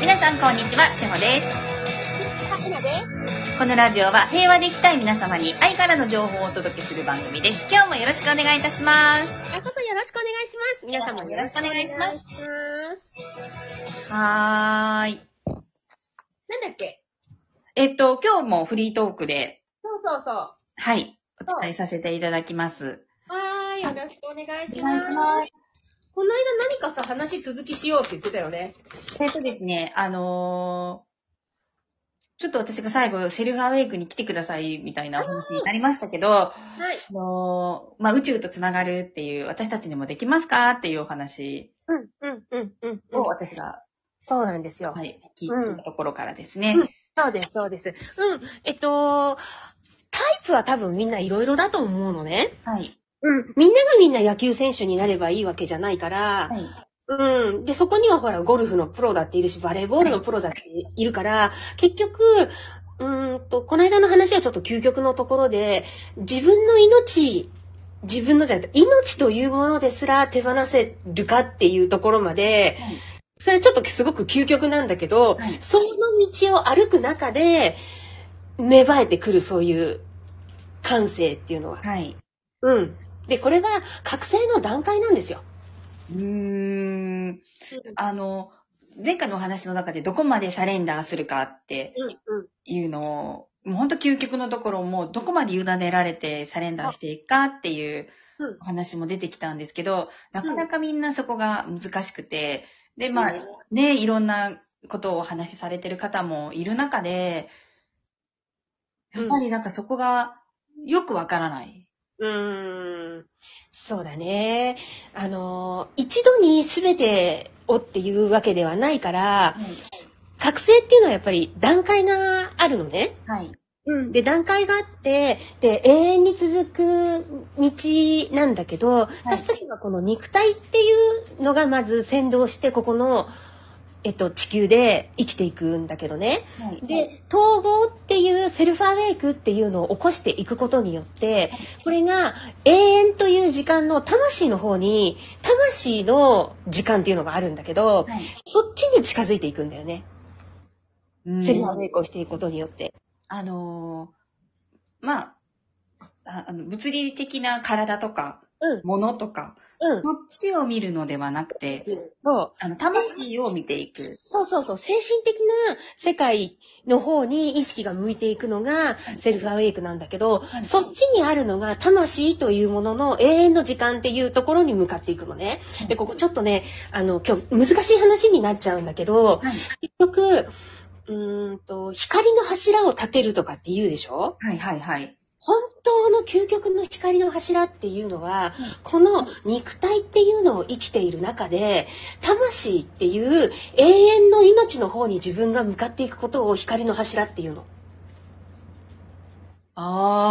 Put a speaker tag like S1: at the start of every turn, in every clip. S1: 皆さんこんにちは、しほです。
S2: さきなです。
S1: このラジオは平和で生きたい皆様に愛からの情報をお届けする番組です。今日もよろしくお願いいたします。
S2: あこさんよろしくお願いします。皆さんもよろしくお願いします。
S1: はーい。
S2: なんだっけ
S1: えっと、今日もフリートークで、
S2: そうそうそう。は
S1: はい、お伝えさせていただきます。
S2: ーい、よろしくお願いし
S1: お願
S2: ま
S1: い
S2: す。
S1: しま
S2: この間何かさ、話続きしようって言ってたよね。
S1: えっとですね、あのーちょっと私が最後、シェルフアウェイクに来てくださいみたいなお話になりましたけど、
S2: はい。
S1: あのーまあ、宇宙とつながるっていう、私たちにもできますかっていうお話
S2: うん、うん、うん、うん
S1: を私が、
S2: そうなんですよ。
S1: はい、聞いたところからですね。
S2: うんそうです、そうです。うん。えっと、タイプは多分みんないろいろだと思うのね。
S1: はい。
S2: うん。みんながみんな野球選手になればいいわけじゃないから、
S1: はい。
S2: うん。で、そこにはほら、ゴルフのプロだっているし、バレーボールのプロだっているから、結局、うーんと、この間の話はちょっと究極のところで、自分の命、自分のじゃなくて、命というものですら手放せるかっていうところまで、
S1: はい
S2: それはちょっとすごく究極なんだけど、
S1: はい
S2: その道を歩く中で、芽生えてくるそういう感性っていうのは。
S1: はい。
S2: うん。で、これが覚醒の段階なんですよ。
S1: うーん。あの、前回のお話の中でどこまでサレンダーするかって
S2: うん、うん。
S1: いうのを、もう本当究極のところもうどこまで委ねられてサレンダーしていくかっていう
S2: うん
S1: お話も出てきたんですけど、なかなかみんなそこが難しくて、で、まあ
S2: そう
S1: ね、
S2: ね
S1: いろんなことをお話しされてる方もいる中で、やっぱりなんかそこがよくわからない。
S2: うーんそうだね。あの、一度に全てをっていうわけではないから、覚醒っていうのはやっぱり段階があるのね。
S1: はい。
S2: うん。で、段階があって、で、永遠に続く道なんだけ
S1: い
S2: ど、私たちはこの肉体っていうのがまず先導して、ここの、えっと、地球で生きていくんだけどね。
S1: はい。
S2: で、統合っていうセルフアウェイクっていうのを起こしていくことによって、これが永遠という時間の魂の方に、魂の時間っていうのがあるんだけど、
S1: はい、
S2: そっちに近づいていくんだよね。
S1: うん
S2: セルフアウェイクをしていくことによって。
S1: あのーまあ、ああの物理的な体とか、
S2: うん
S1: 物とか、
S2: うん。
S1: そっちを見るのではなくて、
S2: そう。
S1: あの、魂を見ていく。
S2: そうそうそう。精神的な世界の方に意識が向いていくのがセルフアウェイクなんだけど
S1: は、い
S2: そっちにあるのが魂というものの永遠の時間っていうところに向かっていくのね。で、ここちょっとね、あの、今日難しい話になっちゃうんだけど、
S1: はい。
S2: 結局、うーんと、光の柱を立てるとかって言うでしょ
S1: はい、はい、はい。
S2: 本当の究極の光の柱っていうのは、この肉体っていうのを生きている中で、魂っていう永遠の命の方に自分が向かっていくことを光の柱っていうの。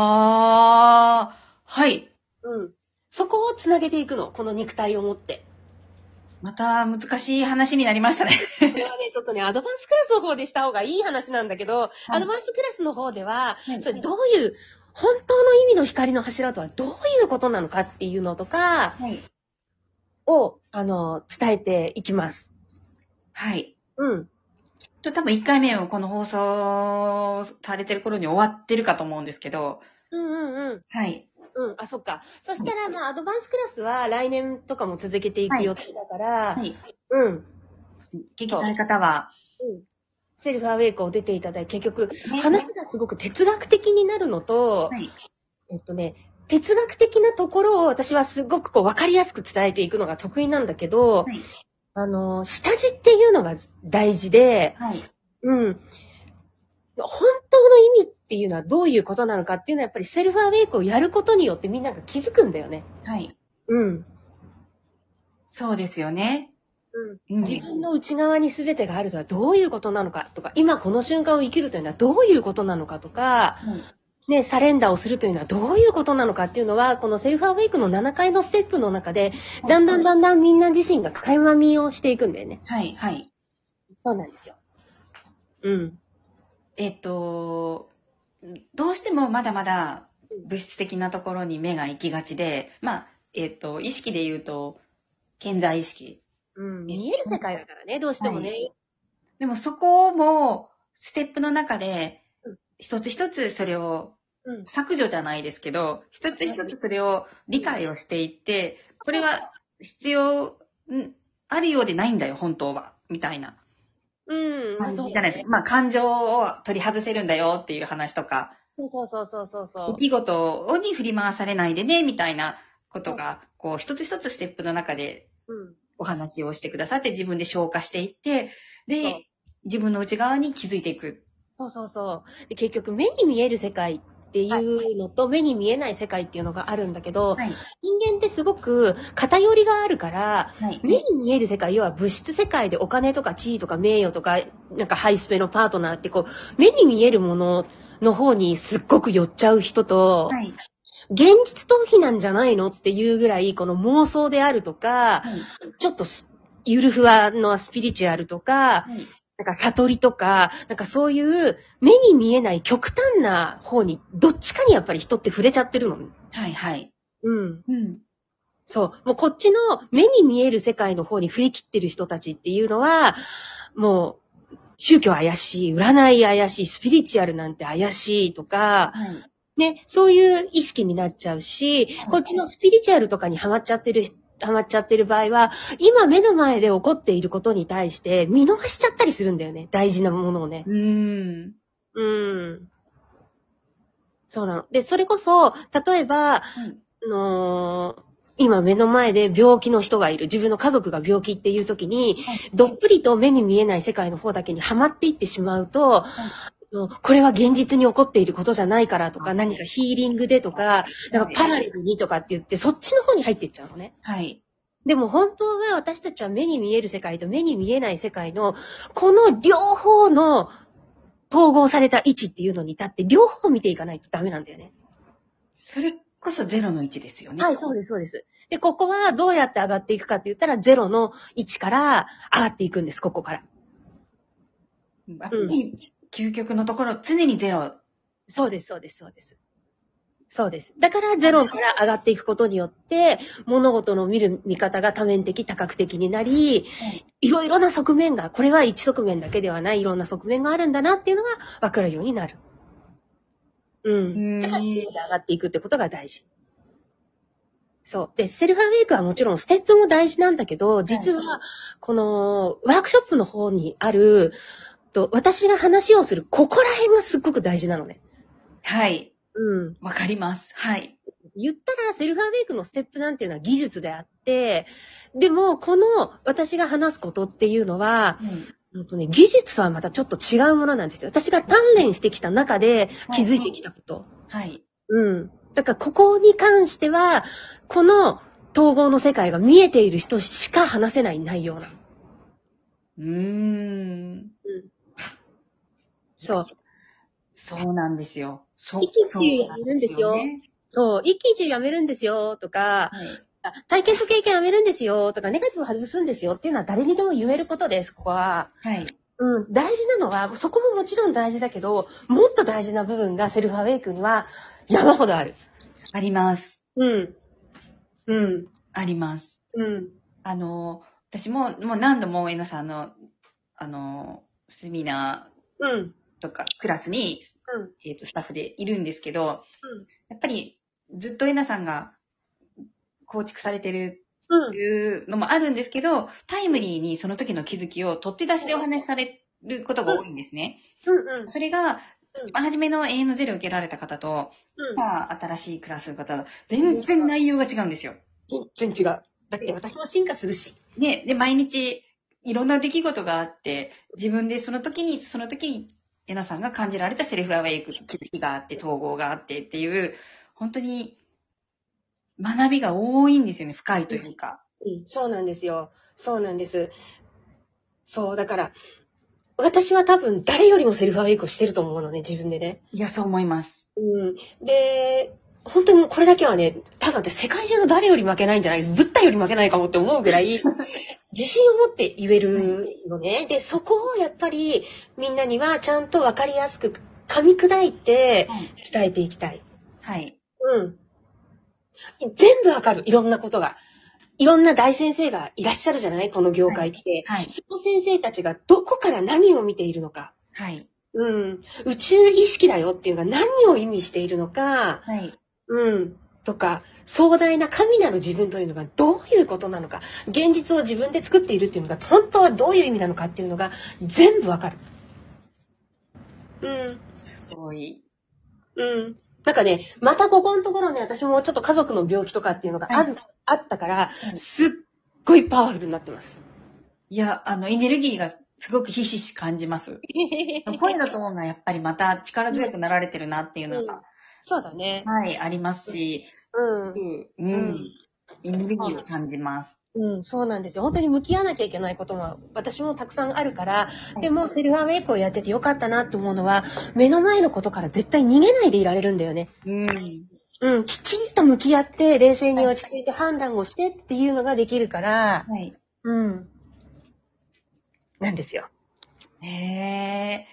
S1: あー、はい。
S2: うん。そこをつなげていくの、この肉体を持って。
S1: また難しい話になりましたね。
S2: これはね、ちょっとね、アドバンスクラスの方でした方がいい話なんだけど、アドバンスクラスの方では、
S1: はい
S2: それどういう、本当の意味の光の柱とはどういうことなのかっていうのとか
S1: はい。
S2: を、あの、伝えていきます。
S1: はい。
S2: うん。
S1: ちょっと多分1回目をこの放送されてる頃に終わってるかと思うんですけど、
S2: うんうんうん。
S1: はい。
S2: うん。あ、そっか。そしたら、まあ、アドバンスクラスは来年とかも続けていく予定だか
S1: は
S2: ら、
S1: い。
S2: うん。
S1: 聞きたい方は、
S2: セルフアウェイクを出ていただいて、結局、
S1: ね
S2: 話がすごく哲学的になるのと、
S1: はい。
S2: えっとね、哲学的なところを私はすごくこう分かりやすく伝えていくのが得意なんだけ
S1: は
S2: ど、
S1: い
S2: あの、下地っていうのが大事で、
S1: はい。
S2: うん。本当の意味っていうのはどういうことなのかっていうのはやっぱりセルフアウェイクをやることによってみんなが気づくんだよね。
S1: はい。
S2: うん。
S1: そうですよね。うん
S2: 自分の内側に全てがあるとはどういうことなのかとか、今この瞬間を生きるというのはどういうことなのかと
S1: は
S2: か、
S1: い
S2: ね、サレンダーをするというのはどういうことなのかっていうのは、このセルフアウェイクの7回のステップの中で、だんだんだんだんみんな自身が垣間見をしていくんだよね。
S1: はい、はい。
S2: そうなんですよ。うん。
S1: えっと、どうしてもまだまだ物質的なところに目が行きがちで、まあ、えっと、意識で言うと、健在意識。
S2: うん、見える世界だからね、どうしてもね。
S1: はでもそこをもう、ステップの中で
S2: う、
S1: 一つ一つそれを
S2: うん、
S1: 削除じゃないですけど、一つ一つそれを理解をしていって、これは必要、んあるようでないんだよ、本当は。みたいな
S2: うん。まあ
S1: 感じ
S2: そう
S1: じゃないですか。まあ、感情を取り外せるんだよっていう話とか、
S2: そうそうそうそうそうそう
S1: 出。来事に振り回されないでね、みたいなことが、こう、一つ一つステップの中で
S2: うん。
S1: お話をしてくださって、自分で消化していって、
S2: そう
S1: で、自分の内側に気づいていく。
S2: そうそうそう。で結局、目に見える世界っていうのと、目に見えない世界っていうのがあるんだけど、
S1: はい。
S2: 人間ってすごく偏りがあるから、
S1: はい。
S2: 目に見える世界、要は物質世界でお金とか地位とか名誉とか、なんかハイスペのパートナーってこう、目に見えるものの方にすっごく寄っちゃう人と、
S1: はい。
S2: 現実逃避なんじゃないのっていうぐらい、この妄想であるとか、
S1: はい。
S2: ちょっとすゆるふわのスピリチュアルとか、
S1: はい。
S2: なんか悟りとか、なんかそういう目に見えない極端な方に、どっちかにやっぱり人って触れちゃってるのね。
S1: はい。はい。
S2: うん。
S1: うん。
S2: そう。もうこっちの目に見える世界の方に振り切ってる人たちっていうのは、もう、宗教怪しい、占い怪しい、スピリチュアルなんて怪しいとか、
S1: はい。
S2: ね、そういう意識になっちゃうし、こっちのスピリチュアルとかにハマっちゃってる人、ハマっちゃってる場合は、今目の前で起こっていることに対して見逃しちゃったりするんだよね。大事なものをね。
S1: うーん。
S2: うん。そうなの。で、それこそ、例えば、あ
S1: はい。
S2: のー今目の前で病気の人がいる、自分の家族が病気っていう時に、
S1: はい
S2: どっぷりと目に見えない世界の方だけにはまっていってしまうと、あのこれは現実に起こっていることじゃないからと
S1: は
S2: か、
S1: い
S2: 何かヒーリングでとか、なんかパラレルにとかって言って、そっちの方に入っていっちゃうのね。
S1: はい。
S2: でも本当は私たちは目に見える世界と目に見えない世界の、この両方の統合された位置っていうのに立って、両方見ていかないとダメなんだよね。
S1: それこそゼロの1ですよね。
S2: はい、そうです、そうです。で、ここはどうやって上がっていくかって言ったら、ゼロの位置から上がっていくんです、ここから。
S1: やっぱり、究極のところ、常にゼロ。
S2: そうです、そうです、そうです。そうです。だから、ゼロから上がっていくことによって、物事の見る見方が多面的、多角的になり、
S1: はい。
S2: いろいろな側面が、これは一側面だけではない、いろんな側面があるんだなっていうのが分かるようになる。うん。だから、自由で上がっていくってことが大事。そう。で、セルフアウェイクはもちろんステップも大事なんだけど、実は、この、ワークショップの方にある、と私が話をする、ここら辺がすっごく大事なのね。
S1: はい。
S2: うん。
S1: わかります。はい。
S2: 言ったらセルフアウェイクのステップなんていうのは技術であって、でも、この私が話すことっていうのは、うんとね、技術とはまたちょっと違うものなんですよ。私が鍛錬してきた中で気づいてきたこと。
S1: はい。
S2: うん。だからここに関しては、この統合の世界が見えている人しか話せない内容なの。
S1: うーん。
S2: そう。
S1: そうなんですよ。そう。
S2: 一
S1: そ
S2: 気にやるんですよ
S1: うなんで
S2: そう。一喜一憂やめるんですよとか、
S1: すよね
S2: 体験不経験やめるんですよとか、ネガティブ外すんですよっていうのは誰にでも言えることです、ここは。
S1: はい。はい。
S2: うん、大事なのは、そこももちろん大事だけど、もっと大事な部分がセルフアウェイクには山ほどある。
S1: あります。
S2: うん。うん。
S1: あります。
S2: うん。
S1: あの、私も、もう何度も、えなさんの、あの、セミナ
S2: うん。
S1: ーとか、クラスに、
S2: うん。
S1: えっ、と、スタッフでいるんですけど、やっぱり、ずっとえなさんが、構築されてる
S2: う
S1: と
S2: ん。
S1: いうのもあるんですけど、タイムリーにその時の気づきを取って出しでお話しされることが多いんですね。
S2: うん。
S1: それが、一番初めの永遠のゼロを受けられた方と、今新しいクラスの方と、全然内容が違うんですよ。
S2: 全然違う。だって私も進化するし。
S1: で、で、毎日、いろんな出来事があって、自分でその時に、その時に、えなさんが感じられたセルフアウェイク、気づきがあって、統合があってっていう、本当に、学びが多いんですよね、深いというか。
S2: うん。そうなんですよ。そうなんです。そう、だから、私は多分誰よりもセルフアウェイクをしてると思うのね、自分でね。
S1: いや、そう思います。
S2: うん。で、本当にこれだけはね、多分私世界中の誰より負けないんじゃない物体より負けないかもって思うぐら い、自信を持って言えるのね。で、そこをやっぱりみんなにはちゃんとわかりやすく噛み砕いて
S1: はい。
S2: 伝えていきたい。
S1: はい。
S2: うん。全部わかる、いろんなことが。いろんな大先生がいらっしゃるじゃないこの業界って。
S1: はい。
S2: その先生たちがどこから何を見ているのか。
S1: はい。
S2: うん。宇宙意識だよっていうのが何を意味しているのか。
S1: はい。
S2: うん。とか、壮大な神なる自分というのがどういうことなのか。現実を自分で作っているっていうのが本当はどういう意味なのかっていうのが全部わかる。うん。
S1: すごい。
S2: うん。なんかね、またここのところね、私もちょっと家族の病気とかっていうのがあ,、
S1: はい
S2: あったから
S1: う、ん
S2: すっごいパワフルになってます。
S1: いや、あの、エネルギーがすごくひしひし感じます。声だと思うのはやっぱりまた力強くなられてるなっていうのが、
S2: そうだね。
S1: はい、ありますし、
S2: うん。
S1: うんうん。エネルギーを感じます。
S2: うん、そうなんですよ。本当に向き合わなきゃいけないことも、私もたくさんあるから、
S1: い
S2: でも、セルフアウェイクをやっててよかったなって思うのは、目の前のことから絶対逃げないでいられるんだよね。
S1: うん。
S2: うん、きちんと向き合って、冷静に落ち着いて判断をしてっていうのができるから、
S1: はい。
S2: うん。なんですよ。
S1: へえ。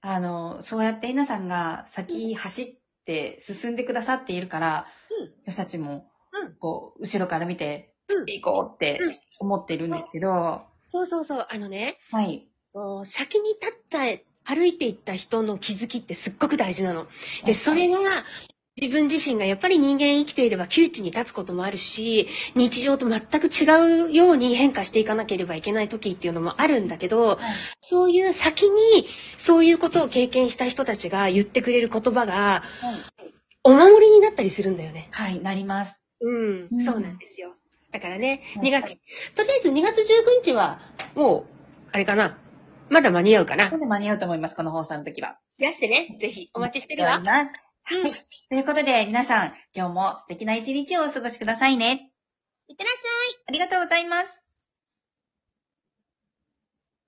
S1: あの、そうやって稲さんが先走って進んでくださっているから、
S2: うん
S1: 私たちも
S2: うん、
S1: こう、後ろから見て、
S2: うん
S1: 作っていこうって
S2: うん
S1: 思ってるんですけど、は
S2: そうそうそう、あのね、
S1: い。
S2: と先に立った、歩いていった人の気づきってすっごく大事なの。で、それが、自分自身がやっぱり人間生きていれば窮地に立つこともあるし、日常と全く違うように変化していかなければいけない時っていうのもあるんだけ
S1: は
S2: ど、
S1: い、
S2: そういう先に、そういうことを経験した人たちが言ってくれる言葉
S1: は
S2: が、
S1: い。
S2: お守りになったりするんだよね。
S1: はい、なります。
S2: うん
S1: うん
S2: そうなんですよ。だからね、
S1: はい
S2: 2月、とりあえず2月19日は、もう、あれかな。まだ間に合うかな
S1: な。ので間に合うと思います、この放送の時は。
S2: 出してね、ぜひお待ちしてる
S1: お
S2: わ。
S1: 待ちしております。
S2: うんいっ
S1: ということで、皆さん、今日も素敵な一日をお過ごしくださいね。
S2: てらっしゃい
S1: ありがとうございます。